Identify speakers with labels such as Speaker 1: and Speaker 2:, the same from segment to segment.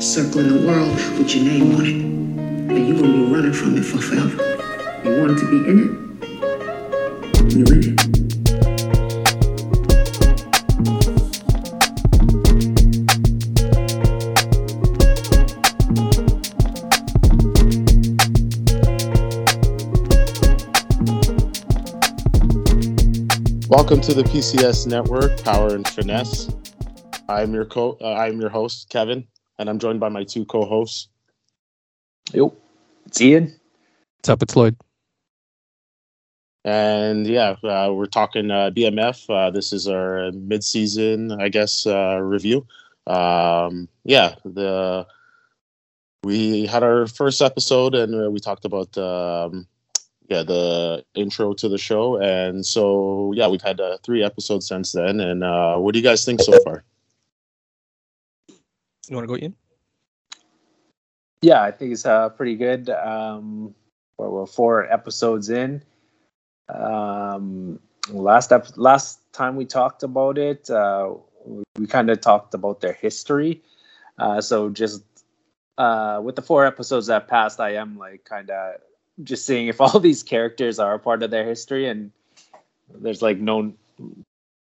Speaker 1: circling the world with your name on it. And you will be running from it for forever. You wanted to be in it? You're in it.
Speaker 2: Welcome to the PCS Network, Power and Finesse. I'm your co uh, I'm your host Kevin, and I'm joined by my two co-hosts.
Speaker 3: Yep. It's Ian.
Speaker 4: What's up? It's Lloyd.
Speaker 2: And yeah, uh, we're talking uh, BMF. Uh, this is our mid-season, I guess, uh, review. Um, yeah, the we had our first episode, and uh, we talked about um, yeah the intro to the show. And so yeah, we've had uh, three episodes since then. And uh, what do you guys think so far?
Speaker 4: You want to go, Ian?
Speaker 3: Yeah, I think it's uh, pretty good. Um, well, we're four episodes in. Um, last ep- last time we talked about it, uh, we, we kind of talked about their history. Uh, so just uh, with the four episodes that passed, I am like kind of just seeing if all these characters are a part of their history, and there's like no,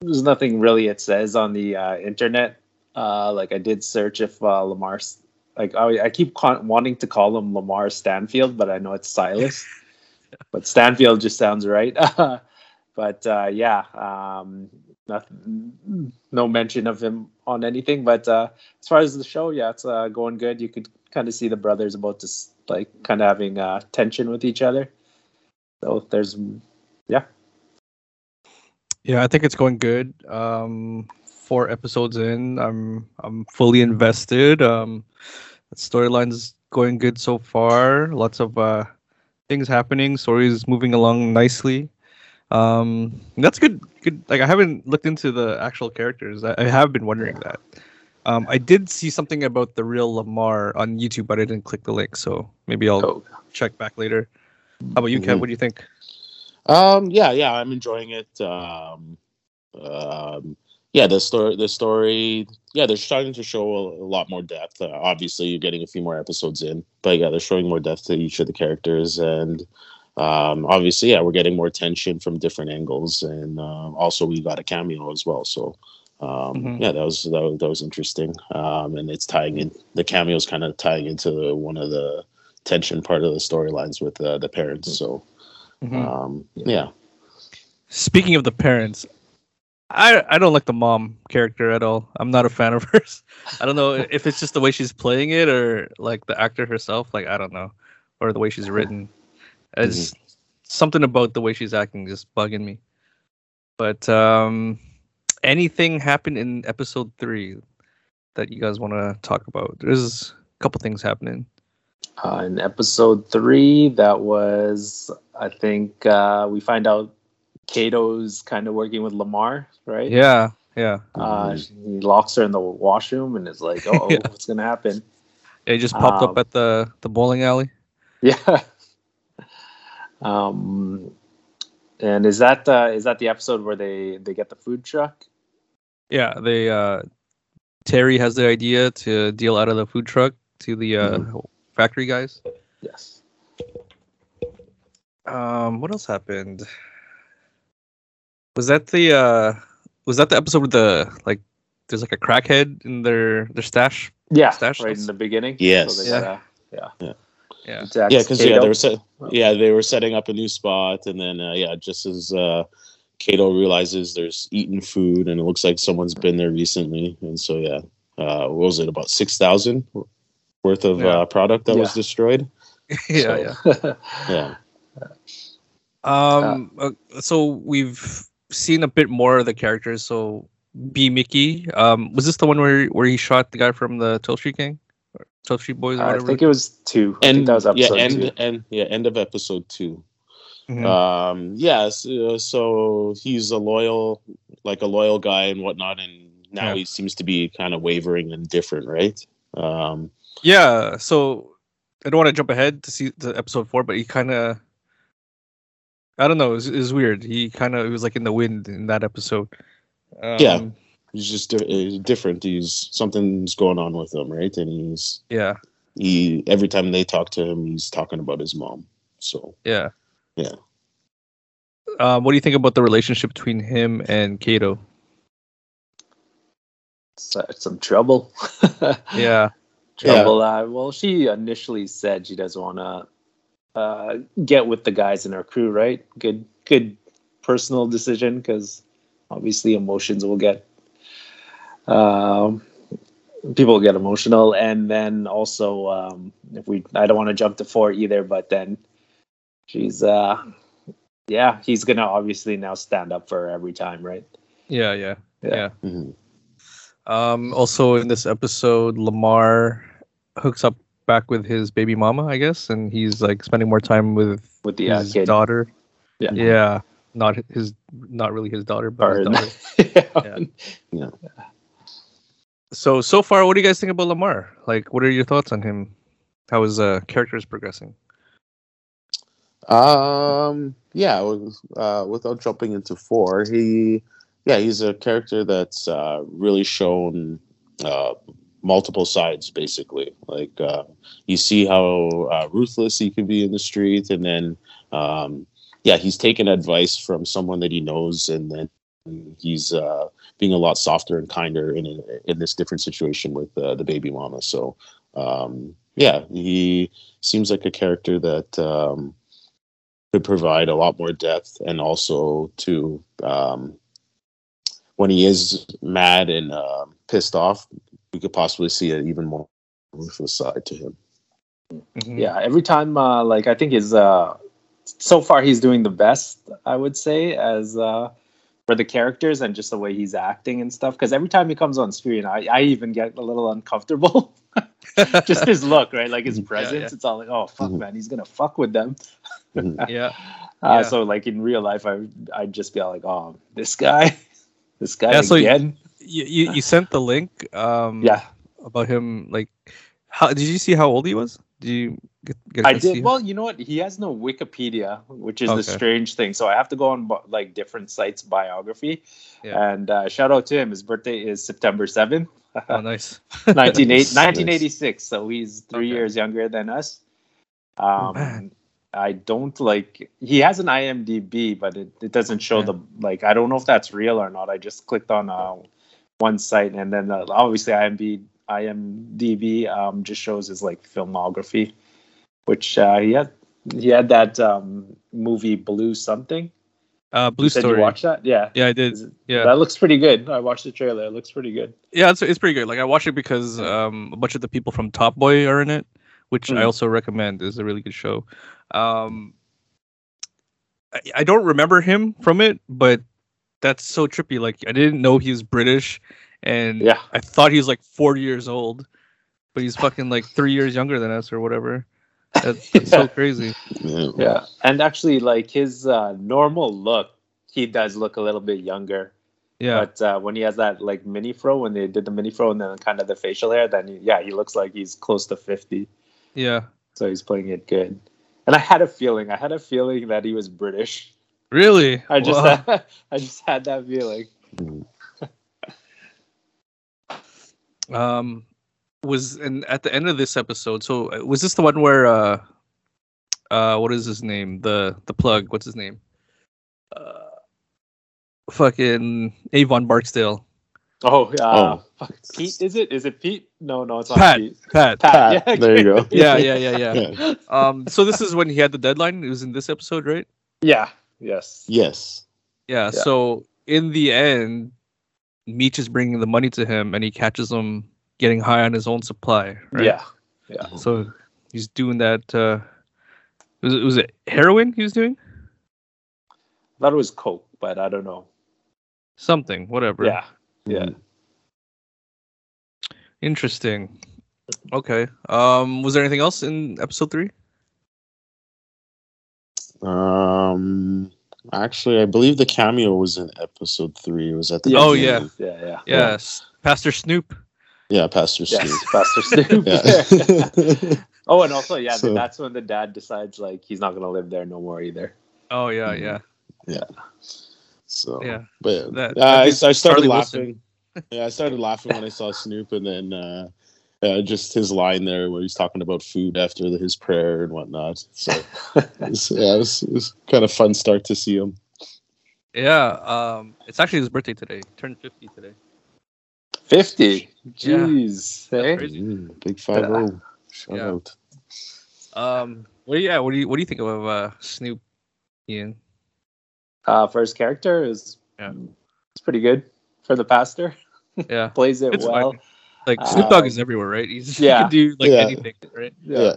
Speaker 3: there's nothing really it says on the uh, internet. Uh, like I did search if uh, Lamar, S- like I, I keep con- wanting to call him Lamar Stanfield, but I know it's Silas. but Stanfield just sounds right. but uh, yeah, um, nothing, no mention of him on anything. But uh, as far as the show, yeah, it's uh, going good. You could kind of see the brothers about to s- like kind of having uh, tension with each other. So there's
Speaker 4: Yeah, I think it's going good. Um, four episodes in, I'm I'm fully invested. Um, the storyline's going good so far. Lots of uh, things happening. Story's moving along nicely. Um, and that's good. Good. Like I haven't looked into the actual characters. I, I have been wondering that. Um, I did see something about the real Lamar on YouTube, but I didn't click the link. So maybe I'll
Speaker 3: Oh.
Speaker 4: check back later. How about you, Kev?
Speaker 2: Mhm.
Speaker 4: What do you think?
Speaker 2: Um, yeah, yeah, I'm enjoying it. Um, um, yeah, the story, the story, yeah, they're starting to show a, a lot more depth. Uh, obviously, you're getting a few more episodes in, but yeah, they're showing more depth to each of the characters, and um, obviously, yeah, we're getting more tension from different angles, and um, also we got a cameo as well. So, um,
Speaker 4: Mhm.
Speaker 2: yeah, that was that, was- that was interesting, um, and it's tying in the cameos, kind of tying into one of the tension part of the storylines with uh, the parents. So,
Speaker 4: Mhm.
Speaker 2: um, yeah.
Speaker 4: Speaking of the parents, I I don't like the mom character at all. I'm not a fan of hers. I don't know if it's just the way she's playing it or like the actor herself. Like I don't know, or the way she's written. It's something about the way she's acting just bugging me. But um, anything happened in episode three that you guys want to talk about? There's a couple things happening.
Speaker 3: Uh, in episode three, that was, I think, uh, we find out Kato's kind of working with Lamar, right?
Speaker 4: Yeah, yeah.
Speaker 2: Um,
Speaker 3: Uh,
Speaker 2: Mm-hmm.
Speaker 3: he locks her in the washroom and is like, oh,
Speaker 4: Yeah.
Speaker 3: what's going to happen?
Speaker 4: It just popped
Speaker 3: Um,
Speaker 4: up at the the bowling alley.
Speaker 3: Yeah. Um, and is that uh, is that the episode where they, they get the food truck?
Speaker 4: Yeah, they uh Terry has the idea to deal out of the food truck to the uh factory guys.
Speaker 3: Yes.
Speaker 4: Um what else happened? Was that the uh was that the episode with the like there's like a crackhead in their their stash?
Speaker 3: Yeah,
Speaker 4: Stash
Speaker 3: right
Speaker 4: house?
Speaker 3: in the beginning.
Speaker 2: Yes.
Speaker 3: they
Speaker 4: Yeah.
Speaker 3: gotta- yeah.
Speaker 2: Yeah.
Speaker 4: Yeah.
Speaker 3: Attack
Speaker 2: yeah because yeah
Speaker 3: Kato.
Speaker 2: they were set,
Speaker 3: Well-
Speaker 2: yeah they were setting up a new spot and then uh, yeah just as uh kato realizes there's eaten food and it looks like someone's been there recently and so yeah uh what was it about 6000 worth of
Speaker 4: Yeah.
Speaker 2: uh, product that was
Speaker 3: Yeah.
Speaker 2: destroyed
Speaker 4: yeah,
Speaker 2: So-
Speaker 4: yeah.
Speaker 2: yeah
Speaker 4: Um uh, so we've seen a bit more of the characters, so B Mickey. Um was this the one where where he shot the guy from the Toshi Gang? Or Toshi Boys or
Speaker 3: I
Speaker 4: whatever?
Speaker 3: think it was two. I think
Speaker 2: and
Speaker 3: that was
Speaker 2: yeah
Speaker 3: episode
Speaker 2: and
Speaker 3: two.
Speaker 2: and yeah end of episode two
Speaker 4: Mhm.
Speaker 2: um yes uh, so he's a loyal like a loyal guy and whatnot and now
Speaker 4: Yeah.
Speaker 2: he seems to be kind of wavering and different right um
Speaker 4: Yeah, so I don't want to jump ahead to see the episode four, but he kind of, I don't know, it was, it was weird. He kind of was like in the wind in that episode. Um,
Speaker 2: Yeah. he's just di- uh, different. He's something's going on with him, right? And he's
Speaker 4: Yeah,
Speaker 2: he every time they talk to him, he's talking about his mom. So
Speaker 4: yeah,
Speaker 2: Yeah.
Speaker 4: Uh, what do you think about the relationship between him and Kato?
Speaker 3: S- uh, some trouble.
Speaker 4: Yeah,
Speaker 3: trouble. Uh, well, she initially said she doesn't want to uh, get with the guys in her crew, right? Good, good personal decision because obviously emotions will get um, people get emotional, and then also um, if we, I don't want to jump to four either, but then she's, uh, yeah, he's gonna obviously now stand up for her every time, right?
Speaker 4: yeah, yeah.
Speaker 2: mhm.
Speaker 4: Um, also in this episode, Lamar hooks up back with his baby mama, I guess, and he's like spending more time with
Speaker 3: With the uh,
Speaker 4: his
Speaker 3: kid.
Speaker 4: daughter.
Speaker 3: Yeah.
Speaker 4: yeah, not his, not really his daughter, but
Speaker 3: Or-
Speaker 4: his daughter.
Speaker 3: yeah.
Speaker 4: So so far, what do you guys think about Lamar? Like, what are your thoughts on him? How his uh, character is progressing?
Speaker 2: Um, yeah, with- uh, without jumping into four, he, yeah, he's a character that's uh, really shown uh, multiple sides, basically. Like uh, you see how uh, ruthless he can be in the street, and then, um, yeah, he's taken advice from someone that he knows, and then he's uh, being a lot softer and kinder in in this different situation with uh, the baby mama. So, um, yeah, he seems like a character that. Um, could provide a lot more depth and also to um, when he is mad and um pissed off, we could possibly see an even more ruthless side to him.
Speaker 4: Mhm.
Speaker 3: yeah every time uh like i think is uh so far he's doing the best i would say as uh for the characters and just the way he's acting and stuff because every time he comes on screen i i even get a little uncomfortable just his look right like his
Speaker 2: Yeah,
Speaker 3: presence
Speaker 4: yeah. Mm-hmm.
Speaker 3: it's all like oh fuck
Speaker 2: Mhm.
Speaker 3: man he's gonna fuck with them
Speaker 4: yeah,
Speaker 3: uh
Speaker 4: Yeah.
Speaker 3: so like in real life i i'd just be like oh this guy this guy
Speaker 4: Yeah, so-
Speaker 3: again
Speaker 4: you, you you sent the link. Um,
Speaker 3: yeah
Speaker 4: about him. Like, how did you see how old he was? Did you get, get a
Speaker 3: I
Speaker 4: chance to see
Speaker 3: did.
Speaker 4: him?
Speaker 3: Well, you know what? He has no Wikipedia, which is the
Speaker 4: Okay.
Speaker 3: strange thing. So I have to go on bi- like different sites' biography.
Speaker 4: Yeah.
Speaker 3: And uh, shout out to him. His birthday is September 7th,
Speaker 4: Oh, nice.
Speaker 3: 19,
Speaker 2: Nice.
Speaker 3: 1986. So he's three
Speaker 4: Okay. Oh,
Speaker 3: years younger than us.
Speaker 4: man.
Speaker 3: Um, I don't like. He has an IMDb, but it, it doesn't show
Speaker 4: Yeah.
Speaker 3: the like. I don't know if that's real or not. I just clicked on uh, one site, and then uh, obviously IMDb IMDb um, just shows his like filmography, which uh, he had he had that um, movie Blue something.
Speaker 4: Uh, Blue
Speaker 3: You said
Speaker 4: Story.
Speaker 3: you watched that? Yeah.
Speaker 4: Yeah, I did.
Speaker 3: Is it-
Speaker 4: Yeah,
Speaker 3: that looks pretty good. I watched the trailer. It looks pretty good.
Speaker 4: yeah, it's it's pretty good. Like I watched it because um a bunch of the people from Top Boy are in it, which I
Speaker 3: Mm.
Speaker 4: also recommend. is a really good show. Um, I, I don't remember him from it, but that's so trippy. Like I didn't know he was British, and
Speaker 3: Yeah.
Speaker 4: I thought he was like 40 years old, but he's fucking like three years younger than us or whatever. That's, that's so
Speaker 3: Yeah.
Speaker 4: crazy.
Speaker 2: Yeah.
Speaker 3: Yeah, and actually, like his uh, normal look, he does look a little bit younger.
Speaker 4: Yeah.
Speaker 3: But uh, when he has that like mini fro, when they did the mini fro and then kind of the facial hair, then he, yeah, he looks like he's close to fifty.
Speaker 4: Yeah.
Speaker 3: So he's playing it good. And I had a feeling. I had a feeling that he was British.
Speaker 4: Really?
Speaker 3: I just
Speaker 4: Wow.
Speaker 3: I just had that feeling.
Speaker 4: um was and at the end of this episode. So uh, was this the one where uh uh what is his name? The the plug, what's his name? Uh fucking Avon Barksdale.
Speaker 3: Oh, uh,
Speaker 2: Oh.
Speaker 3: fuck Pete, is it? Is it Pete? No, no, it's not
Speaker 4: Pat.
Speaker 3: Pete.
Speaker 4: Pat.
Speaker 2: Pat,
Speaker 3: yeah,
Speaker 2: Ah, there you go.
Speaker 4: Yeah, yeah, yeah, yeah.
Speaker 2: Yeah.
Speaker 4: Um so this is when he had the deadline. It was in this episode, right?
Speaker 3: Yeah. Yes.
Speaker 2: Yes.
Speaker 4: Yeah,
Speaker 3: Yeah.
Speaker 4: so in the end Meech is bringing the money to him and he catches him getting high on his own supply, right?
Speaker 3: Yeah.
Speaker 4: So he's doing that. Uh, was it was it heroin he was doing?
Speaker 3: I thought it was Coke, but I don't know.
Speaker 4: Something, whatever.
Speaker 3: Yeah. Yeah.
Speaker 4: Interesting. Okay. Um, was there anything else in episode three?
Speaker 2: Um. Actually, I believe the cameo was in episode three. It was at the
Speaker 4: Yeah. Oh,
Speaker 2: beginning.
Speaker 3: Yeah. Yeah.
Speaker 4: Yes. Pastor Snoop.
Speaker 2: yeah, Pastor
Speaker 3: Yes,
Speaker 2: Snoop.
Speaker 3: Pastor Snoop.
Speaker 2: Yeah.
Speaker 3: oh, and also, yeah,
Speaker 2: So-
Speaker 3: that's when the dad decides like he's not gonna live there no more either.
Speaker 4: Oh
Speaker 3: Mm-hmm.
Speaker 4: yeah,
Speaker 2: Mhm.
Speaker 4: yeah.
Speaker 2: so
Speaker 4: Yeah.
Speaker 2: but
Speaker 4: That-
Speaker 3: Oh.
Speaker 2: uh, I, I
Speaker 4: that'd be
Speaker 2: started
Speaker 4: Charlie Wilson.
Speaker 2: laughing. Yeah, I started laughing when I saw Snoop, and then uh, uh, just his line there where he's talking about food after the, his prayer and whatnot. So it's, yeah, it was, it was kind of fun start to see him.
Speaker 4: Yeah, um, it's actually his birthday today. He turned 50 today.
Speaker 3: 50. Jeez. eh?
Speaker 4: crazy. uh,
Speaker 2: Mm, big five zero. Shout
Speaker 4: Yeah.
Speaker 2: out.
Speaker 4: Um, what do you, yeah, what do you what do you think of uh, Snoop? Ian,
Speaker 3: Uh, for his character is
Speaker 4: Yeah.
Speaker 3: it's pretty good for the pastor.
Speaker 4: yeah,
Speaker 3: Plays it
Speaker 4: It's
Speaker 3: well.
Speaker 4: fine. like Snoop Dogg is
Speaker 3: Um,
Speaker 4: everywhere, right? He's, he
Speaker 3: yeah.
Speaker 4: can do like
Speaker 2: Yeah.
Speaker 4: anything, right?
Speaker 2: Yeah.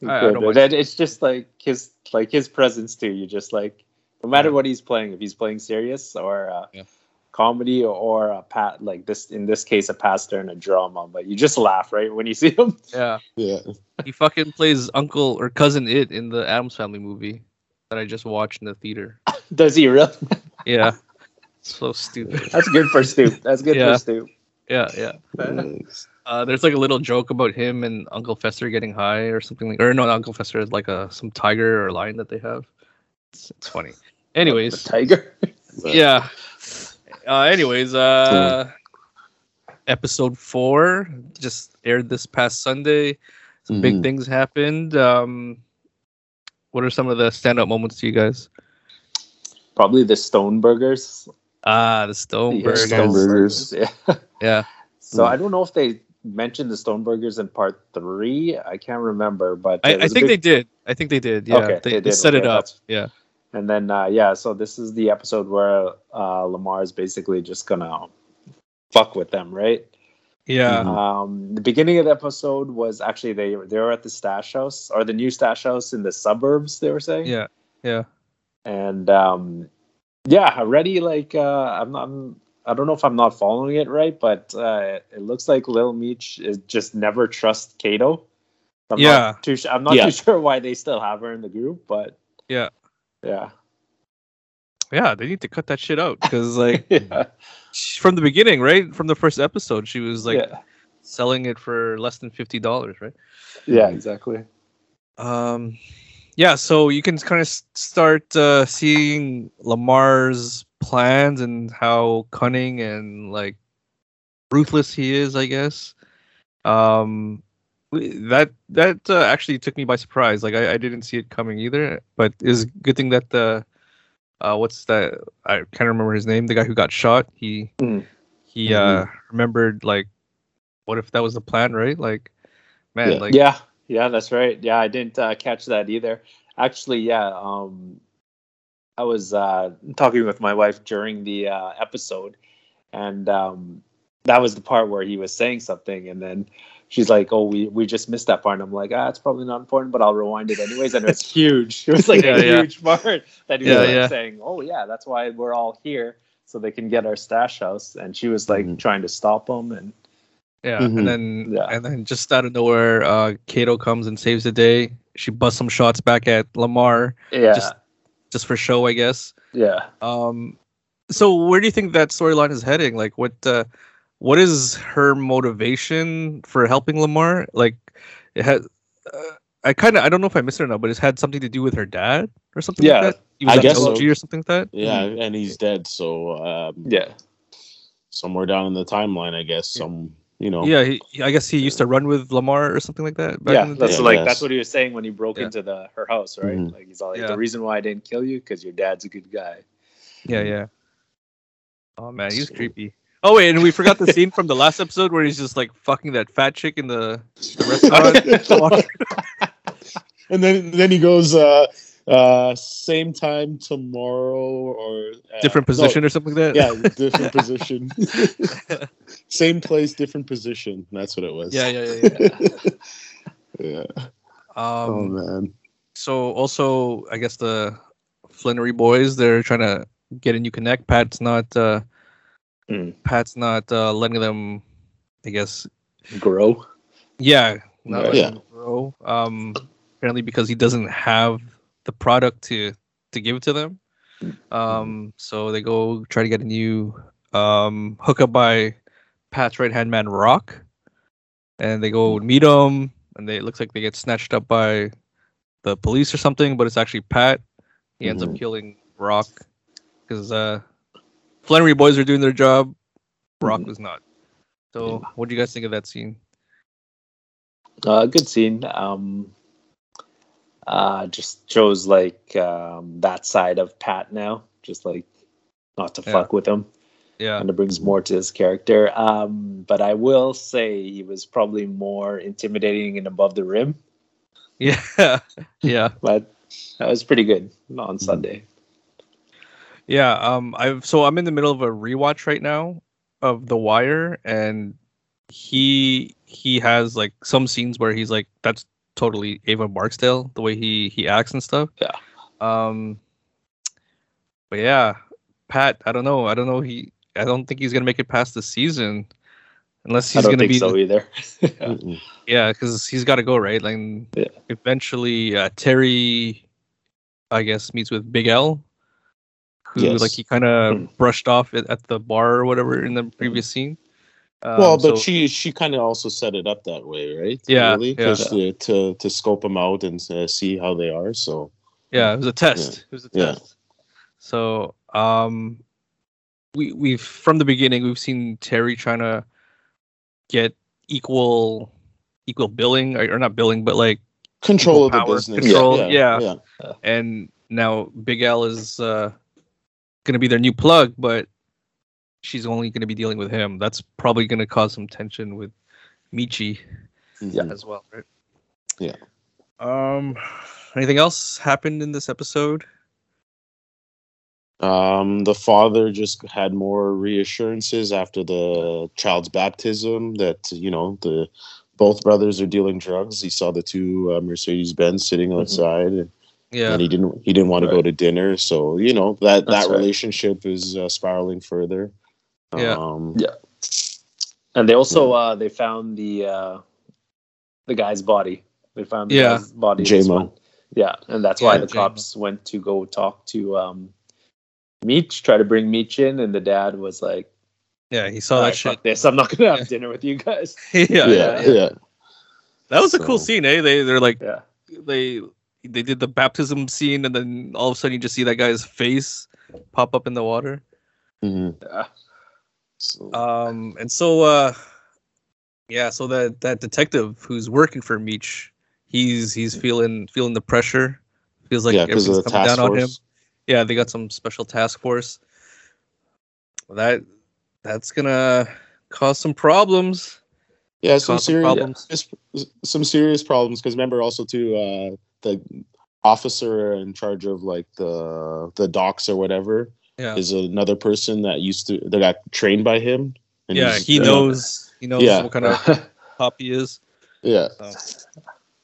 Speaker 3: he
Speaker 4: I- I
Speaker 3: could.
Speaker 4: don't mind.
Speaker 3: That- it's just like his like his presence too. You just like no matter
Speaker 4: Yeah.
Speaker 3: what he's playing, if he's playing serious or uh,
Speaker 4: Yeah.
Speaker 3: comedy or a pat like this in this case a pastor and a drama, but you just laugh right when you see him.
Speaker 4: Yeah,
Speaker 2: yeah,
Speaker 4: he fucking plays uncle or cousin it in the Adams Family movie that I just watched in the theater.
Speaker 3: Does he really?
Speaker 4: Yeah, so stupid.
Speaker 3: That's good for Stoop. That's good
Speaker 4: Yeah.
Speaker 3: for Stoop.
Speaker 4: Yeah, yeah.
Speaker 2: Nice.
Speaker 4: Uh, there's like a little joke about him and Uncle Fester getting high or something like, or no, not Uncle Fester is like a some tiger or lion that they have. It's, it's funny.
Speaker 3: The
Speaker 4: Anyways,
Speaker 3: tiger.
Speaker 2: But-
Speaker 4: yeah. Uh, anyways, uh, episode four just aired this past Sunday. Some big
Speaker 3: Mm-hmm.
Speaker 2: Mhm.
Speaker 4: things happened. Um, what are some of the standout moments to you guys?
Speaker 3: Probably the Stoneburgers.
Speaker 4: Ah, the Stoneburgers.
Speaker 2: Stone- Stoneburgers.
Speaker 3: Yeah.
Speaker 4: Yeah,
Speaker 3: So
Speaker 2: Hmm.
Speaker 3: I don't know if they mentioned the Stoneburgers in part three. I can't remember, but
Speaker 4: I,
Speaker 3: it
Speaker 4: I
Speaker 3: was a
Speaker 4: think
Speaker 3: big-
Speaker 4: they did. I think they did. Yeah,
Speaker 3: Okay, they
Speaker 4: they, they
Speaker 3: did.
Speaker 4: set it
Speaker 3: Okay,
Speaker 4: up.
Speaker 3: that's-
Speaker 4: Yeah,
Speaker 3: And then uh, yeah, so this is the episode where uh, Lamar is basically just gonna fuck with them, right?
Speaker 4: yeah,
Speaker 2: mm-hmm.
Speaker 3: Um, the beginning of the episode was actually they they were at the stash house or the new stash house in the suburbs. They were saying,
Speaker 4: yeah, yeah.
Speaker 3: and um, yeah, already like uh, I'm, I'm I don't know if I'm not following it right, but uh, it looks like Lil Meech is just never trust Kato. I'm
Speaker 4: Yeah.
Speaker 3: not too, su- I'm not
Speaker 2: Yeah.
Speaker 3: too sure why they still have her in the group, but
Speaker 4: Yeah.
Speaker 3: yeah,
Speaker 4: Yeah, they need to cut that shit out because, like,
Speaker 3: yeah,
Speaker 4: she- from the beginning, right from the first episode, she was like
Speaker 3: yeah,
Speaker 4: selling it for less than fifty dollars, right?
Speaker 3: yeah, exactly.
Speaker 4: Um, yeah. So you can kind of start uh, seeing Lamar's plans and how cunning and like ruthless he is, I guess. Um, w- that that uh, actually took me by surprise. Like I, I didn't see it coming either. But it's a good thing that the uh, what's that? I can't remember his name. The guy who got shot. He
Speaker 3: Mm.
Speaker 4: he
Speaker 2: Mhm.
Speaker 4: uh remembered like what if that was the plan, right? Like man,
Speaker 2: Yeah.
Speaker 4: like
Speaker 3: yeah, yeah, that's right. Yeah, I didn't uh, catch that either. Actually, yeah, um, I was uh, talking with my wife during the uh, episode, and um, that was the part where he was saying something, and then she's like, "Oh, we we just missed that part." And I'm like, "Ah, it's probably not important, but I'll rewind it anyways." And it was huge. It was like
Speaker 4: Yeah,
Speaker 3: a
Speaker 4: yeah.
Speaker 3: huge part that he
Speaker 4: Yeah,
Speaker 3: was like,
Speaker 4: yeah.
Speaker 3: saying, "Oh yeah, that's why we're all here." So they can get our stash house, and she was like
Speaker 4: Mm-hmm.
Speaker 2: Mhm.
Speaker 3: trying to stop him, and
Speaker 4: Yeah,
Speaker 2: Mhm.
Speaker 4: and then
Speaker 3: Yeah.
Speaker 4: and then just out of nowhere, uh, Kato comes and saves the day. She busts some shots back at Lamar
Speaker 3: yeah,
Speaker 4: Just- just for show, I guess.
Speaker 3: yeah.
Speaker 4: Um, so where do you think that storyline is heading? Like, what uh, what is her motivation for helping Lamar? Like, it has. Uh, I kind of I don't know if I missed it or not, but it's had something to do with her dad or something
Speaker 3: Yeah,
Speaker 4: like that. He was
Speaker 2: I
Speaker 4: at
Speaker 2: guess so.
Speaker 4: Doji or something like that.
Speaker 2: yeah, and he's dead. So um,
Speaker 3: Yeah.
Speaker 2: somewhere down in the timeline, I guess. Some, you know.
Speaker 4: Yeah, he, he- I guess he used to run with Lamar or something like that.
Speaker 3: Oh.
Speaker 4: back
Speaker 3: yeah,
Speaker 4: in the day.
Speaker 3: that's
Speaker 2: Yeah,
Speaker 3: like
Speaker 2: yes.
Speaker 3: that's what he was saying when he broke
Speaker 4: Yeah.
Speaker 3: into the her house, right?
Speaker 2: Mhm.
Speaker 3: Like he's all like,
Speaker 4: Yeah.
Speaker 3: the reason why I didn't kill you because your dad's a good guy.
Speaker 4: Yeah, yeah. Oh man, he was
Speaker 2: Mm. So-
Speaker 4: creepy. Oh wait, and we forgot the scene from the last episode where he's just like fucking that fat chick in the, the
Speaker 2: Oh,
Speaker 4: restaurant.
Speaker 2: and then then he goes uh uh same time tomorrow or uh,
Speaker 4: Different
Speaker 2: no,
Speaker 4: position or something like that.
Speaker 2: yeah different position same place different position that's what it was
Speaker 4: yeah, yeah, yeah. yeah.
Speaker 2: yeah oh
Speaker 4: Um,
Speaker 2: man
Speaker 4: so also, I guess the Flannery boys they're trying to get a new connect. Pat's not. Uh,
Speaker 3: Mm.
Speaker 4: Pat's not uh, letting them. I guess.
Speaker 3: Grow.
Speaker 4: Yeah, not
Speaker 2: Right.
Speaker 4: letting
Speaker 2: Yeah.
Speaker 4: them grow. Um, apparently because he doesn't have the product to to give to them. Um, so they go try to get a new um, hookup by Pat's right hand man Rock, and they go meet him, and they it looks like they get snatched up by the police or something, but it's actually Pat. He ends up killing Rock because uh, Flannery boys are doing their job. Brock was not. So, what do you guys think of that scene?
Speaker 3: Uh, good scene. Um, uh, just shows like um, that side of Pat now, just like not to
Speaker 4: Yeah.
Speaker 3: fuck with him,
Speaker 4: Yeah,
Speaker 3: and it brings more to his character. Um, but I will say he was probably more intimidating and above the rim.
Speaker 4: yeah, yeah.
Speaker 3: But that was pretty good on Sunday.
Speaker 4: Yeah, um I've so I'm in the middle of a rewatch right now of The Wire and he he has like some scenes where he's like that's totally Ava Barksdale the way he he acts and stuff.
Speaker 3: Yeah.
Speaker 4: Um but yeah, Pat, I don't know. I don't know he I don't think he's going to make it past the season unless
Speaker 3: I
Speaker 4: he's
Speaker 3: don't
Speaker 4: going
Speaker 3: think
Speaker 4: to be
Speaker 3: so either. yeah.
Speaker 2: Mm-mm.
Speaker 4: yeah, because he's got to go, right? Like, and
Speaker 3: Yeah.
Speaker 4: eventually, uh, Terry, I guess, meets with Big L, who
Speaker 2: Yes.
Speaker 4: like he kind of
Speaker 3: Hmm.
Speaker 4: brushed off at, at the bar or whatever in the previous scene. Um,
Speaker 2: well, but
Speaker 4: so-
Speaker 2: she she kind of also set it up that way, right?
Speaker 4: Yeah,
Speaker 2: really,
Speaker 4: yeah.
Speaker 2: Just, uh, to to scope them out and uh, see how they are. So
Speaker 4: yeah, it was a test. It was a
Speaker 2: Yeah.
Speaker 4: test. So, um, we we've from the beginning we've seen Terry trying to get equal equal billing or or not billing, but like
Speaker 2: control
Speaker 4: Equal
Speaker 2: of the
Speaker 4: power,
Speaker 2: business.
Speaker 4: control, yeah.
Speaker 2: yeah.
Speaker 4: and now Big L is uh, going to be their new plug, but she's only going to be dealing with him. That's probably going to cause some tension with Michi
Speaker 2: Mhm.
Speaker 4: as well, right?
Speaker 2: Yeah.
Speaker 4: Um, anything else happened in this episode?
Speaker 2: Um, the father just had more reassurances after the child's baptism that you know the both brothers are dealing drugs. He saw the two uh, Mercedes Benz sitting
Speaker 3: Mhm.
Speaker 2: outside, and,
Speaker 4: Mm-hmm. Yeah,
Speaker 2: and he didn't he didn't want to go
Speaker 3: Right.
Speaker 2: to dinner. So you know that
Speaker 3: That's
Speaker 2: that
Speaker 3: right.
Speaker 2: relationship is uh, spiraling further.
Speaker 4: Yeah.
Speaker 2: Um,
Speaker 3: Yeah. And they also uh, they found the uh, the guy's body. They found the
Speaker 4: Yeah.
Speaker 3: guy's body. this
Speaker 2: J-Mo.
Speaker 3: one. Yeah, and that's why
Speaker 4: Yeah,
Speaker 3: the
Speaker 4: J-Mo.
Speaker 3: cops went to go talk to um, Meech, try to bring Meech in, and the dad was like,
Speaker 4: yeah, he
Speaker 3: "All
Speaker 4: saw
Speaker 3: right,
Speaker 4: that
Speaker 3: fuck
Speaker 4: shit.
Speaker 3: this. I'm not gonna have dinner with you guys."
Speaker 4: yeah,
Speaker 2: yeah, yeah,
Speaker 4: yeah, that was a cool
Speaker 2: So-
Speaker 4: scene, eh? They they're like
Speaker 3: Yeah,
Speaker 4: they they did the baptism scene, and then all of a sudden you just see that guy's face pop up in the water.
Speaker 2: Mhm.
Speaker 3: Yeah.
Speaker 2: Mm-hmm. So-
Speaker 4: Um, and so, uh, yeah, so that that detective who's working for Meech, he's he's feeling feeling the pressure. Feels like
Speaker 2: yeah, because of
Speaker 4: everything's
Speaker 2: the
Speaker 4: coming
Speaker 2: task
Speaker 4: down on him.
Speaker 2: force.
Speaker 4: Yeah, they got some special task force. That that's gonna cause some problems.
Speaker 2: Yeah, some
Speaker 4: cause some
Speaker 2: serious
Speaker 4: problems.
Speaker 2: s- some serious problems because remember also too uh, the officer in charge of like the the docks or whatever
Speaker 4: Yeah,
Speaker 2: is another person that used to that got trained by him.
Speaker 4: yeah,
Speaker 2: he's-
Speaker 4: he knows he knows
Speaker 2: Yeah.
Speaker 4: what kind of cop he is.
Speaker 2: Yeah.
Speaker 4: I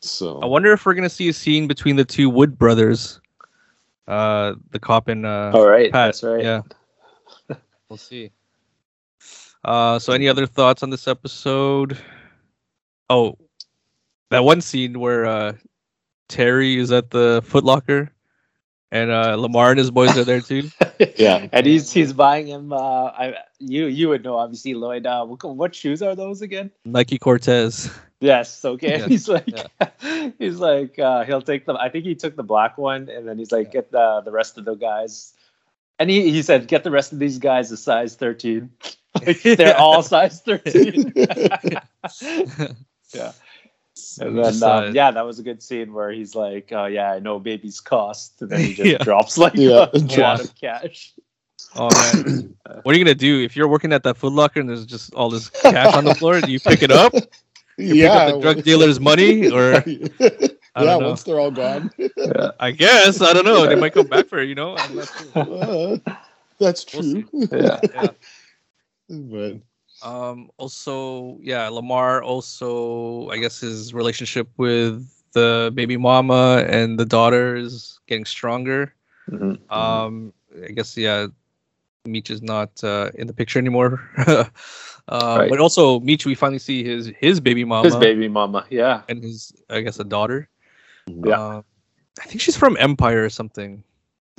Speaker 2: So
Speaker 4: wonder if we're gonna see a scene between the two Wood brothers, uh, the cop and uh,
Speaker 3: All right,
Speaker 4: Pat,
Speaker 3: that's right.
Speaker 4: Yeah. we'll see. Uh, so any other thoughts on this episode? Oh, that one scene where uh, Terry is at the Foot Locker, and uh, Lamar and his boys are there too.
Speaker 2: Yeah.
Speaker 3: and he's he's buying him. Uh, I you you would know obviously, Lloyd. Uh, what, what shoes are those again?
Speaker 4: Nike Cortez.
Speaker 3: Yes. Okay.
Speaker 4: Yeah.
Speaker 3: He's like, he's like, uh, he'll take the. I think he took the black one, and then he's like, get the the rest of the guys. And he, he said, get the rest of these guys a size thirteen. Like, They're all size thirteen. yeah. And
Speaker 4: Just,
Speaker 3: then,
Speaker 4: uh,
Speaker 3: um, yeah, that was a good scene where he's like, "Oh yeah, I know babies cost," and then he just
Speaker 4: Yeah.
Speaker 3: drops like
Speaker 2: Yeah.
Speaker 3: a
Speaker 4: Yeah.
Speaker 3: lot of cash.
Speaker 4: Oh man, what are you gonna do if you're working at that Foot Locker and there's just all this cash on the floor? Do you pick it up? You pick up the drug dealer's money, or I
Speaker 2: yeah,
Speaker 4: don't know.
Speaker 2: once they're all gone.
Speaker 4: I guess I don't know. They might come back for it. You know, I'm not sure.
Speaker 2: Uh, that's
Speaker 4: We'll
Speaker 2: true.
Speaker 3: Yeah.
Speaker 2: but
Speaker 4: Um. Also, yeah, Lamar. Also, I guess his relationship with the baby mama and the daughter is getting stronger.
Speaker 3: Mhm.
Speaker 4: Um. I guess yeah, Meech is not uh, in the picture anymore. um,
Speaker 3: Right.
Speaker 4: But also, Meech, we finally see his his baby mama
Speaker 3: His baby mama. Yeah.
Speaker 4: and his I guess a daughter.
Speaker 2: Yeah.
Speaker 4: Um, I think she's from Empire or something.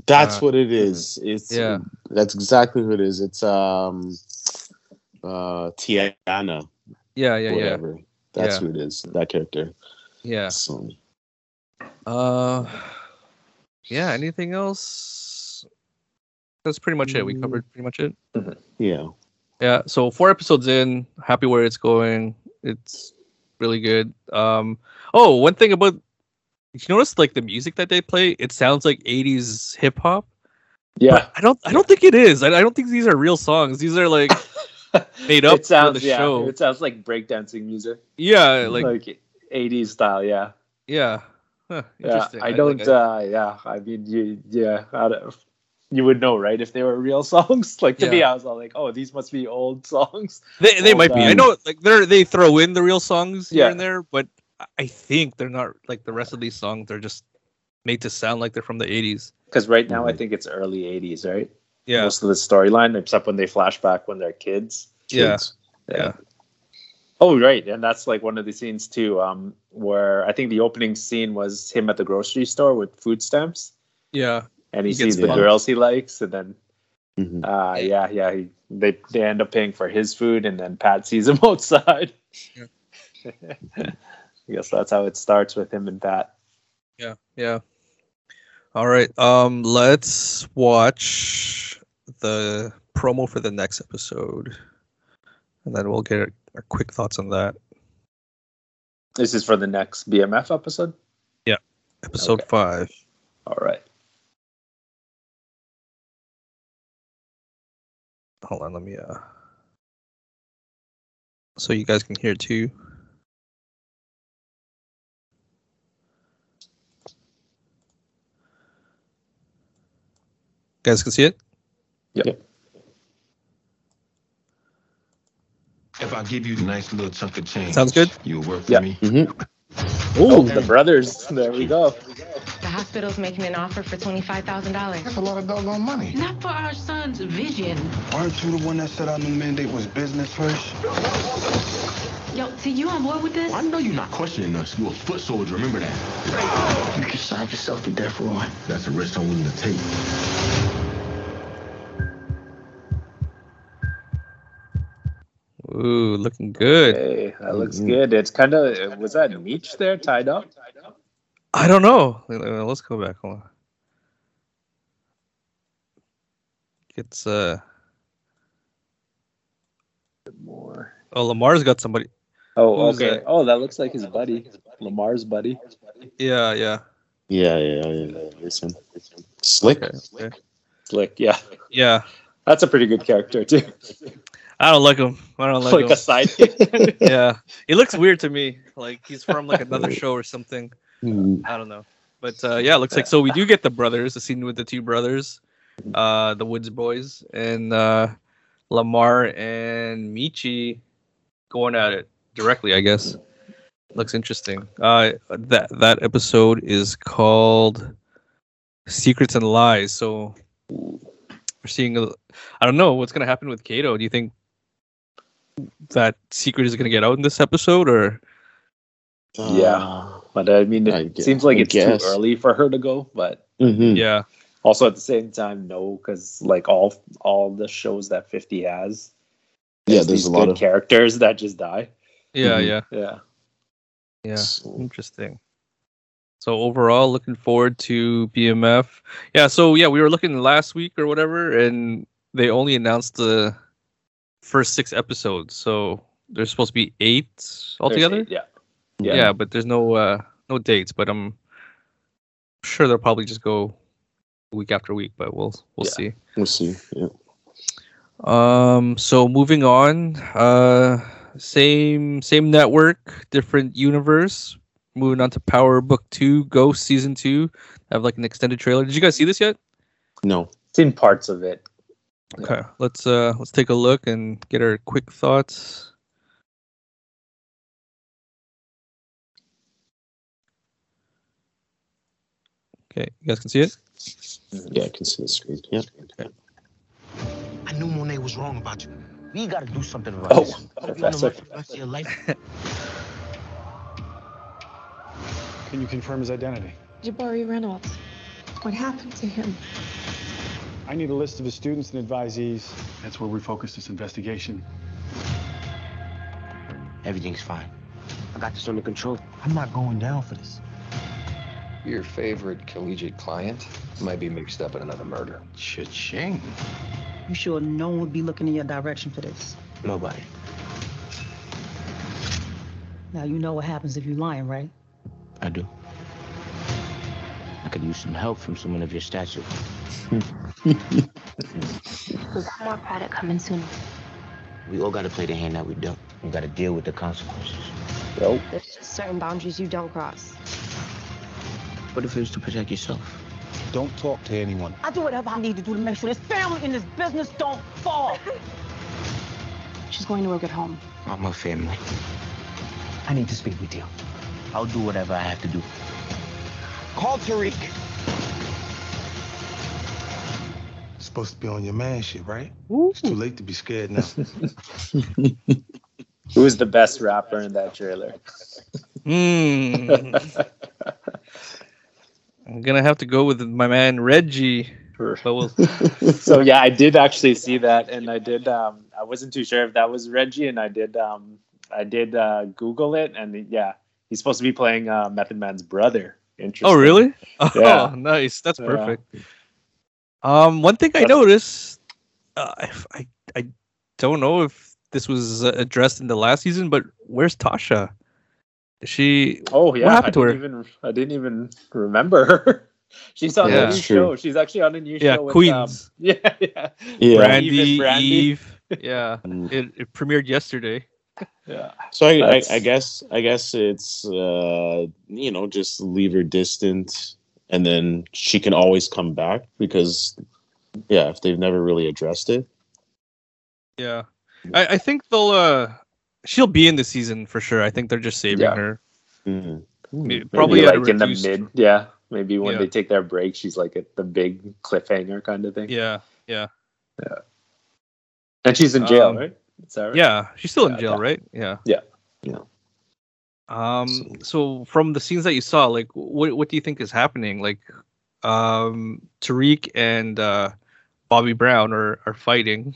Speaker 2: That's
Speaker 4: Uh,
Speaker 2: what it is. It's
Speaker 4: Yeah.
Speaker 2: That's exactly who it is. It's um uh Tiana,
Speaker 4: Yeah. Yeah. Yeah.
Speaker 2: whatever. That's
Speaker 4: Yeah.
Speaker 2: who it is. That character.
Speaker 4: Yeah.
Speaker 2: So,
Speaker 4: Uh, yeah.
Speaker 3: Mm.
Speaker 4: Anything else? That's pretty much it. We covered pretty much it.
Speaker 2: yeah.
Speaker 4: yeah so four episodes in happy where it's going it's really good um oh one thing about you notice like the music that they play it sounds like 80s hip-hop
Speaker 3: Yeah,
Speaker 4: i don't i don't think it is i, I don't think these are real songs these are like Made up for
Speaker 3: It sounds
Speaker 4: the
Speaker 3: yeah.
Speaker 4: show.
Speaker 3: It sounds like breakdancing music,
Speaker 4: yeah like
Speaker 3: like, 80s style. Yeah,
Speaker 4: yeah Huh,
Speaker 3: yeah.
Speaker 4: interesting.
Speaker 3: I
Speaker 4: think
Speaker 3: don't.
Speaker 4: I-
Speaker 3: uh, yeah, I mean, you, yeah. I don't, you would know, right? If they were real songs. Like to me, I was all like, "Oh, these must be old songs."
Speaker 4: They they
Speaker 3: Well,
Speaker 4: might be. I
Speaker 3: then-
Speaker 4: know like they're they throw in the real songs here
Speaker 3: Yeah.
Speaker 4: and there, but I- I think they're not like the rest of these songs. They're just made to sound like they're from the eighties.
Speaker 3: Because right now, I think it's early 80s, right?
Speaker 4: Yeah,
Speaker 3: Most of the storyline, except when they flash back when they're kids.
Speaker 4: yeah,
Speaker 2: Kids.
Speaker 4: Yeah.
Speaker 3: Oh, right. And that's like one of the scenes too, um, where I think the opening scene was him at the grocery store with food stamps
Speaker 4: yeah,
Speaker 3: and he,
Speaker 4: He gets
Speaker 3: sees the
Speaker 2: bumped.
Speaker 3: girls he likes and then
Speaker 2: Mhm.
Speaker 3: uh yeah, yeah, he, they they end up paying for his food and then Pat sees him outside.
Speaker 4: Yeah.
Speaker 3: I guess that's how it starts with him and Pat.
Speaker 4: yeah, yeah. All right. Um, let's watch the promo for the next episode, and then we'll get our, our quick thoughts on that.
Speaker 3: This is for the next BMF episode.
Speaker 4: Episode
Speaker 3: Okay.
Speaker 4: five.
Speaker 3: All right.
Speaker 4: Hold on, let me. Uh... So you guys can hear too. guys can see it.
Speaker 5: If I give you a nice little chunk of change,
Speaker 4: Sounds good?
Speaker 5: You'll work for
Speaker 3: Yeah.
Speaker 5: me.
Speaker 2: Mm-hmm.
Speaker 3: Oh, the brothers. There we go.
Speaker 6: The hospital's making an offer for $25,000.
Speaker 5: That's a lot of doggone money.
Speaker 7: Not for our son's vision.
Speaker 8: Aren't you the one that said our new mandate was business first?
Speaker 7: Yo, so you on board with this?
Speaker 5: I know you're not questioning us. You're a foot soldier. Remember that.
Speaker 9: You can sign yourself to death, Roy.
Speaker 5: That's a risk I'm willing to take.
Speaker 4: Ooh, looking good.
Speaker 3: Hey, that looks
Speaker 2: Mm-hmm.
Speaker 3: good. It's kind of was that Meech there tied up?
Speaker 4: I don't know. Wait, wait, wait, Let's go back. Hold on. It's uh
Speaker 3: More.
Speaker 4: oh Lamar's got somebody.
Speaker 3: Oh,
Speaker 4: Who's
Speaker 3: okay.
Speaker 4: that?
Speaker 3: Oh, that looks like his buddy, Lamar's buddy.
Speaker 4: Yeah, yeah.
Speaker 2: Yeah, yeah, yeah. yeah. Listen, slick.
Speaker 4: Okay, okay.
Speaker 3: Slick, yeah.
Speaker 4: Yeah.
Speaker 3: That's a pretty good character too.
Speaker 4: I don't like him. I don't like
Speaker 3: Like,
Speaker 4: him.
Speaker 3: a sidekick.
Speaker 4: yeah he looks weird to me like he's from like another show or something
Speaker 2: Mm,
Speaker 4: i don't know but uh yeah it looks like so we do get the brothers the scene with the two brothers uh the woods boys and uh lamar and michi going at it directly i guess looks interesting uh that that episode is called secrets and lies so we're seeing a, i don't know what's going to happen with kato do you think that secret is going to get out in this episode or
Speaker 3: Yeah. but I mean, it
Speaker 2: I gue-
Speaker 3: seems like
Speaker 2: I
Speaker 3: it's
Speaker 2: guess.
Speaker 3: too early for her to go, but
Speaker 2: Mhm.
Speaker 4: yeah
Speaker 3: also at the same time, no, because like all all the shows that Fifty has,
Speaker 2: Yeah, there's
Speaker 3: these
Speaker 2: a lot
Speaker 3: good
Speaker 2: of
Speaker 3: characters that just die.
Speaker 4: yeah
Speaker 2: Mhm.
Speaker 4: yeah
Speaker 3: Yeah,
Speaker 4: yeah interesting so overall looking forward to bmf yeah so yeah we were looking last week or whatever and they only announced the first six episodes so there's supposed to be eight altogether
Speaker 3: There's- Yeah,
Speaker 4: yeah.
Speaker 3: yeah.
Speaker 4: but there's no uh no dates but i'm sure they'll probably just go week after week but we'll we'll
Speaker 3: Yeah.
Speaker 4: see
Speaker 2: We'll see. Yeah.
Speaker 4: Um. So moving on. Uh. Same same network, different universe. Moving on to Power Book Two, Ghost Season Two. I have like an extended trailer. Did you guys see this yet?
Speaker 2: No.
Speaker 3: seen parts of it.
Speaker 4: Okay. Let's uh let's take a look and get our quick thoughts. Okay, you guys can see it.
Speaker 2: Yeah, I can see the screen. Yeah.
Speaker 9: I knew Monet was wrong about you. We gotta do something about
Speaker 3: Oh,
Speaker 9: this. Hope you
Speaker 3: Professor.
Speaker 9: for the rest of your life.
Speaker 8: Can you confirm his identity?
Speaker 10: Jabari Reynolds. What happened to him?
Speaker 8: I need a list of his students and advisees. That's where we focus this investigation.
Speaker 9: Everything's fine. I got this under control. I'm not going down for this.
Speaker 11: Your favorite collegiate client might be mixed up in another murder.
Speaker 5: Cha-ching.
Speaker 11: You sure no one would be looking in your direction for this?
Speaker 9: Nobody.
Speaker 11: Now you know what happens if you're lying, right?
Speaker 9: I do. I could use some help from someone of your stature.
Speaker 12: We got more product coming soon.
Speaker 9: we all got to play the hand that we dealt. We got to deal with the consequences.
Speaker 12: There's just certain boundaries you don't cross.
Speaker 9: What if it was to protect yourself?
Speaker 13: Don't talk to anyone.
Speaker 11: I do whatever I need to do to make sure this family and this business don't fall.
Speaker 12: She's going to work at home.
Speaker 9: I'm a family. I need to speak with you. I'll do whatever I have to do. Call Tariq.
Speaker 5: It's supposed to be on your man shit, right? It's too late to be scared now.
Speaker 3: Who is the best rapper in that trailer?
Speaker 4: I'm gonna have to go with my man Reggie. But we'll,
Speaker 3: so yeah, I did actually see that, and I did. Um, I wasn't too sure if that was Reggie, and I did. Um, I did uh, Google it, and yeah, he's supposed to be playing uh, Method Man's brother. Interesting.
Speaker 4: oh really?
Speaker 3: Yeah.
Speaker 4: Oh, nice. That's
Speaker 3: Yeah.
Speaker 4: perfect. Um, one thing I noticed, uh, I, I I don't know if this was uh, addressed in the last season, but where's Tasha? Is She.
Speaker 3: Oh yeah,
Speaker 4: What happened to
Speaker 3: I
Speaker 4: her?
Speaker 3: didn't Even, I didn't even remember her. She's on
Speaker 4: Yeah.
Speaker 3: a new
Speaker 4: That's true.
Speaker 3: show. She's actually on a new
Speaker 4: Yeah,
Speaker 3: show. with,
Speaker 4: Queens.
Speaker 3: um, yeah, yeah,
Speaker 2: Yeah.
Speaker 4: Brandy,
Speaker 3: Even Brandy.
Speaker 4: Eve. Yeah, it, it premiered yesterday.
Speaker 3: Yeah.
Speaker 2: So I, I,
Speaker 4: That's-
Speaker 2: I guess I guess it's uh, you know just leave her distant, and then she can always come back because yeah, if they've never really addressed it,
Speaker 4: Yeah, I, I think they'll. Uh, she'll be in the season for sure. I think they're just saving
Speaker 3: Yeah.
Speaker 4: her.
Speaker 2: Mm-hmm.
Speaker 4: Maybe-
Speaker 3: Maybe
Speaker 4: Probably uh, at a
Speaker 3: like in the
Speaker 4: reduced-
Speaker 3: mid. Yeah, maybe when
Speaker 4: Yeah.
Speaker 3: they take their break, she's like at the big cliffhanger kind of thing.
Speaker 4: Yeah, yeah,
Speaker 3: and she's in jail,
Speaker 4: Um,
Speaker 3: right? Is that right?
Speaker 4: yeah. She's still in jail, right? Yeah.
Speaker 3: Yeah. Yeah.
Speaker 4: Um. So from the scenes that you saw, like, what what do you think is happening? Like, um, Tariq and uh, Bobby Brown are are fighting.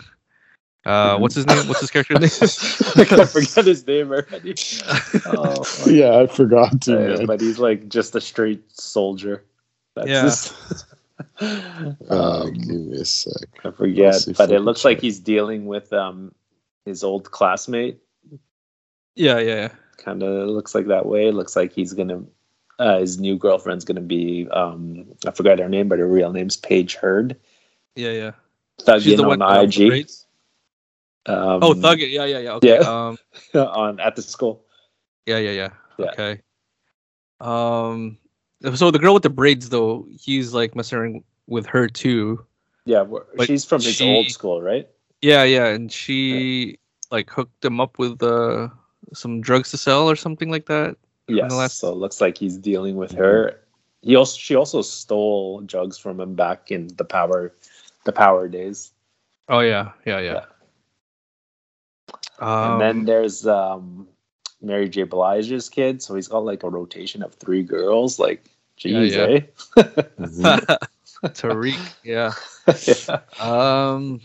Speaker 4: Uh,
Speaker 3: Mm-hmm.
Speaker 4: what's his name? What's his character name?
Speaker 3: I forgot his name already. Oh,
Speaker 2: yeah, I forgot
Speaker 3: uh, but he's like just a straight soldier. That's
Speaker 4: Yeah.
Speaker 3: his- Oh,
Speaker 2: Uh, give me a sec.
Speaker 3: I forget, but it looks like he's dealing with um his old classmate.
Speaker 4: Yeah, yeah.
Speaker 3: Kind of looks like that way. Looks like he's gonna uh, his new girlfriend's gonna be um I forgot her name, but her real name's Paige Hurd.
Speaker 4: yeah, yeah.
Speaker 3: Thug
Speaker 4: She's
Speaker 3: in
Speaker 4: the
Speaker 3: on
Speaker 4: one that owns the
Speaker 3: IG.
Speaker 4: braids?
Speaker 3: Um,
Speaker 4: oh, Thug. Yeah, yeah, yeah. Okay.
Speaker 3: yeah.
Speaker 4: Um,
Speaker 3: on at the school.
Speaker 4: Yeah, yeah, yeah.
Speaker 3: Yeah.
Speaker 4: Okay. Um. So the girl with the braids, though, he's like messing with her too.
Speaker 3: Yeah, wh-
Speaker 4: But
Speaker 3: she's from his
Speaker 4: she-
Speaker 3: old school, right?
Speaker 4: Yeah, yeah, and she like hooked him up with uh some drugs to sell or something like that.
Speaker 3: Yes. So it looks like he's dealing with her. He also she also stole drugs from him back in the power the power days.
Speaker 4: Oh yeah, yeah, yeah. Um,
Speaker 3: and then there's um Mary J. Blige's kid, so he's got like a rotation of three girls. Like,
Speaker 4: Yeah,
Speaker 3: geez,
Speaker 4: yeah.
Speaker 3: eh?
Speaker 4: Tariq. Yeah.
Speaker 3: eh?
Speaker 4: Um.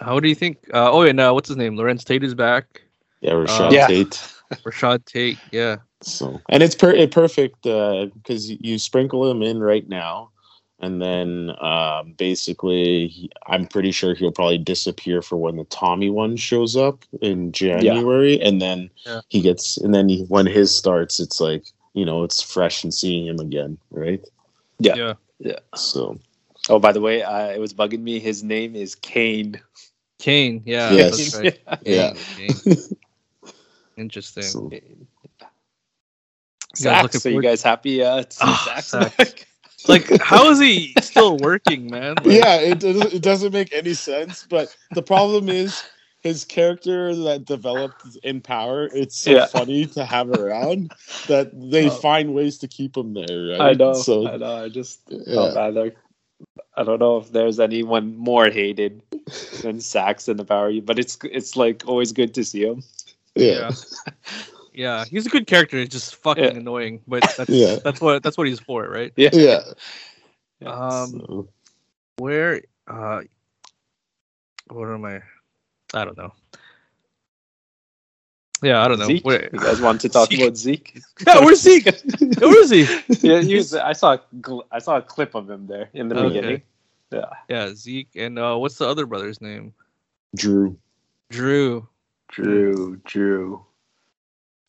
Speaker 4: How do you think? Uh, oh yeah, no. What's his name? Lorenz Tate is back.
Speaker 2: yeah,
Speaker 4: Uh,
Speaker 2: Rashad
Speaker 4: Yeah.
Speaker 2: Tate.
Speaker 4: Rashad Tate. Yeah.
Speaker 2: So and it's per it perfect because you sprinkle him in right now, and then um, basically he- I'm pretty sure he'll probably disappear for when the Tommy one shows up in January, and then
Speaker 4: Yeah.
Speaker 2: he gets and then he, when his starts, it's like you know it's fresh and seeing him again, right?
Speaker 3: Yeah.
Speaker 4: Yeah.
Speaker 3: Yeah.
Speaker 2: So
Speaker 3: Oh, by the way, uh, it was bugging me. His name is Kane.
Speaker 4: Kane. Yeah.
Speaker 2: Yes.
Speaker 4: That's right.
Speaker 2: Yeah.
Speaker 4: Kane, Kane. Interesting.
Speaker 2: So-
Speaker 4: You guys
Speaker 3: Zach,
Speaker 4: looking
Speaker 3: so you
Speaker 4: forward-
Speaker 3: guys happy uh, to see
Speaker 4: Oh,
Speaker 3: Zach's
Speaker 4: Zach.
Speaker 3: back?
Speaker 4: like, how is he still working, man? Like,
Speaker 14: yeah, it doesn't, it doesn't make any sense. But the problem is his character that developed in power. It's so
Speaker 3: Yeah.
Speaker 14: funny to have around that they
Speaker 3: Oh.
Speaker 14: find ways to keep him there. Right?
Speaker 3: I know.
Speaker 14: So
Speaker 3: I know. I just
Speaker 14: Yeah.
Speaker 3: felt bad there. I don't know if there's anyone more hated than Sax in the Power, but it's it's like always good to see him.
Speaker 4: yeah. Yeah, he's a good character. It's just fucking
Speaker 3: Yeah.
Speaker 4: annoying, but that's
Speaker 14: Yeah.
Speaker 4: that's what that's what he's for, right?
Speaker 3: Yeah.
Speaker 14: yeah,
Speaker 4: Um,
Speaker 2: so-
Speaker 4: where uh, what am I? I don't know. Yeah, I don't know.
Speaker 3: Zeke,
Speaker 4: Where-
Speaker 3: you guys want to talk
Speaker 4: Zeke.
Speaker 3: about Zeke?
Speaker 4: Yeah, where's Zeke? Where is he?
Speaker 3: yeah, he was, I saw a gl- I saw a clip of him there in the
Speaker 4: Okay.
Speaker 3: beginning. Yeah.
Speaker 4: Yeah, Zeke and uh, what's the other brother's name?
Speaker 2: Drew.
Speaker 4: Drew.
Speaker 3: Drew. Drew.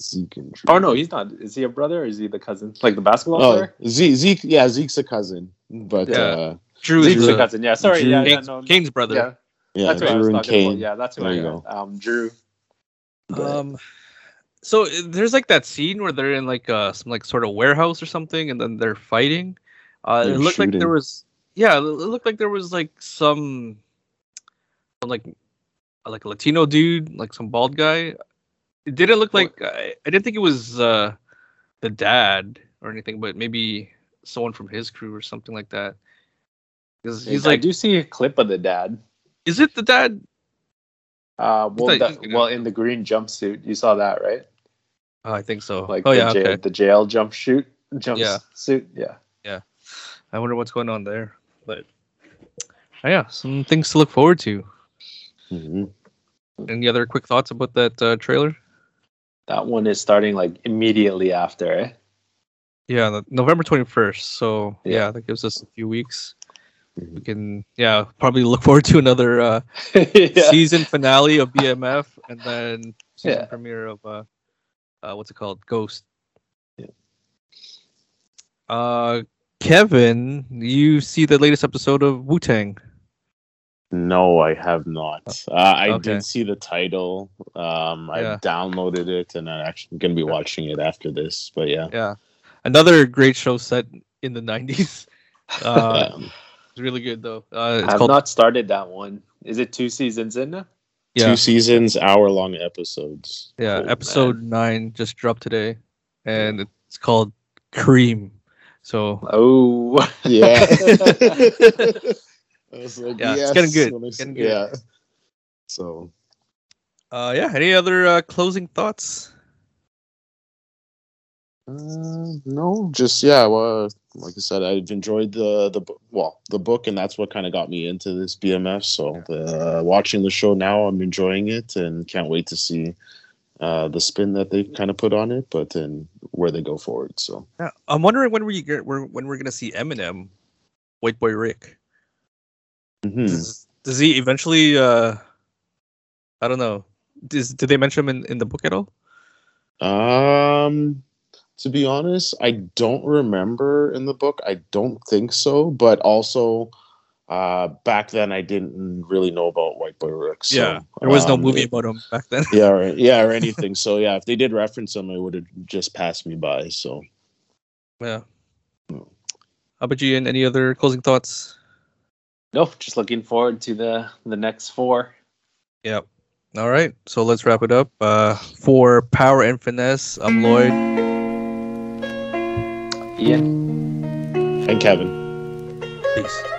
Speaker 2: Zeke and Drew.
Speaker 3: Oh no, he's not. Is he a brother or is he the cousin? Like the basketball
Speaker 2: Oh,
Speaker 3: player?
Speaker 2: Zeke, Zeke. Yeah, Zeke's a cousin, but
Speaker 3: Yeah.
Speaker 2: uh,
Speaker 4: Drew
Speaker 3: Zeke's
Speaker 4: is
Speaker 3: the
Speaker 4: the,
Speaker 3: cousin. Yeah, sorry.
Speaker 2: Drew-
Speaker 3: yeah, yeah,
Speaker 4: Kane's,
Speaker 3: no,
Speaker 4: Kane's brother.
Speaker 3: Yeah,
Speaker 2: yeah,
Speaker 3: that's what I was
Speaker 2: Drew and
Speaker 3: talking about.
Speaker 2: Kane.
Speaker 3: Yeah, that's what
Speaker 2: There
Speaker 3: I
Speaker 2: you
Speaker 3: got. Um, Drew.
Speaker 4: Um, so uh, there's like that scene where they're in like uh some like sort of warehouse or something, and then they're fighting. Uh,
Speaker 2: They're
Speaker 4: it looked like
Speaker 2: shooting.
Speaker 4: there was yeah, it looked like there was like some, some like uh, like a Latino dude, like some bald guy. It didn't look like I, I didn't think it was uh the dad or anything, but maybe someone from his crew or something like that. 'Cause he's
Speaker 3: I
Speaker 4: like,
Speaker 3: do see a clip of the dad.
Speaker 4: is it the dad?
Speaker 3: Uh, well,
Speaker 4: thought-
Speaker 3: that, well, in the green jumpsuit, you saw that, right?
Speaker 4: Oh, I think so.
Speaker 3: Like
Speaker 4: oh
Speaker 3: the,
Speaker 4: yeah,
Speaker 3: jail,
Speaker 4: okay.
Speaker 3: the jail jump shoot, jump
Speaker 4: Yeah.
Speaker 3: suit. Yeah.
Speaker 4: I wonder what's going on there. But oh, yeah, some things to look forward to.
Speaker 2: Mhm.
Speaker 4: Any other quick thoughts about that uh, trailer?
Speaker 3: That one is starting like immediately after. Eh?
Speaker 4: Yeah, the, November twenty first. So yeah.
Speaker 3: Yeah. Mm-hmm.
Speaker 4: that gives us a few weeks. We can yeah probably look forward to another uh,
Speaker 3: Yeah.
Speaker 4: season finale of BMF and then season
Speaker 3: Yeah.
Speaker 4: premiere of uh, uh what's it called Ghost. Uh, Kevin, you see the latest episode of Wu Tang?
Speaker 2: No, I have not. Uh, I
Speaker 4: Okay.
Speaker 2: did see the title. Um, I
Speaker 4: Yeah.
Speaker 2: downloaded it, and I'm actually going to be watching it after this. But yeah,
Speaker 4: Yeah, another great show set in the nineties. Uh,
Speaker 2: Um,
Speaker 4: it's really good though. Uh, it's
Speaker 3: I've
Speaker 4: called
Speaker 3: not started that one. Is it two seasons in now?
Speaker 4: yeah,
Speaker 2: two seasons, hour long episodes.
Speaker 4: yeah. episode nine just dropped today, and it's called Cream. So
Speaker 3: Oh,
Speaker 2: Yeah. I was like,
Speaker 4: Yeah, it's
Speaker 2: yes,
Speaker 4: getting good.
Speaker 2: when I s-
Speaker 4: Getting good.
Speaker 2: Yeah. So
Speaker 4: uh, yeah, any other uh, closing thoughts?
Speaker 2: Uh, no, just yeah. Well, like I said, I've enjoyed the the bo- well the book, and that's what kind of got me into this BMF. So uh, watching the show now, I'm enjoying it, and can't wait to see uh, the spin that they kind of put on it, but and where they go forward. So
Speaker 4: Yeah, I'm wondering when we get when when we're gonna see Eminem, White Boy Rick.
Speaker 2: mhm.
Speaker 4: Does, does he eventually? uh I don't know. Does, did they mention him in, in the book at all?
Speaker 2: Um, to be honest, I don't remember in the book. I don't think so, but also uh, back then I didn't really know about White Boy Rick. So,
Speaker 4: yeah, there was no
Speaker 2: um,
Speaker 4: movie about him back then.
Speaker 2: yeah, or, yeah, or anything. So yeah, if they did reference him, it would have just passed me by. So
Speaker 4: Yeah. How about you? And any other closing thoughts?
Speaker 3: Nope. Just looking forward to the the next four.
Speaker 4: Yep. All right. So let's wrap it up. Uh, for Power and Finesse, I'm Lloyd.
Speaker 3: Ian.
Speaker 2: and Kevin.
Speaker 4: Peace.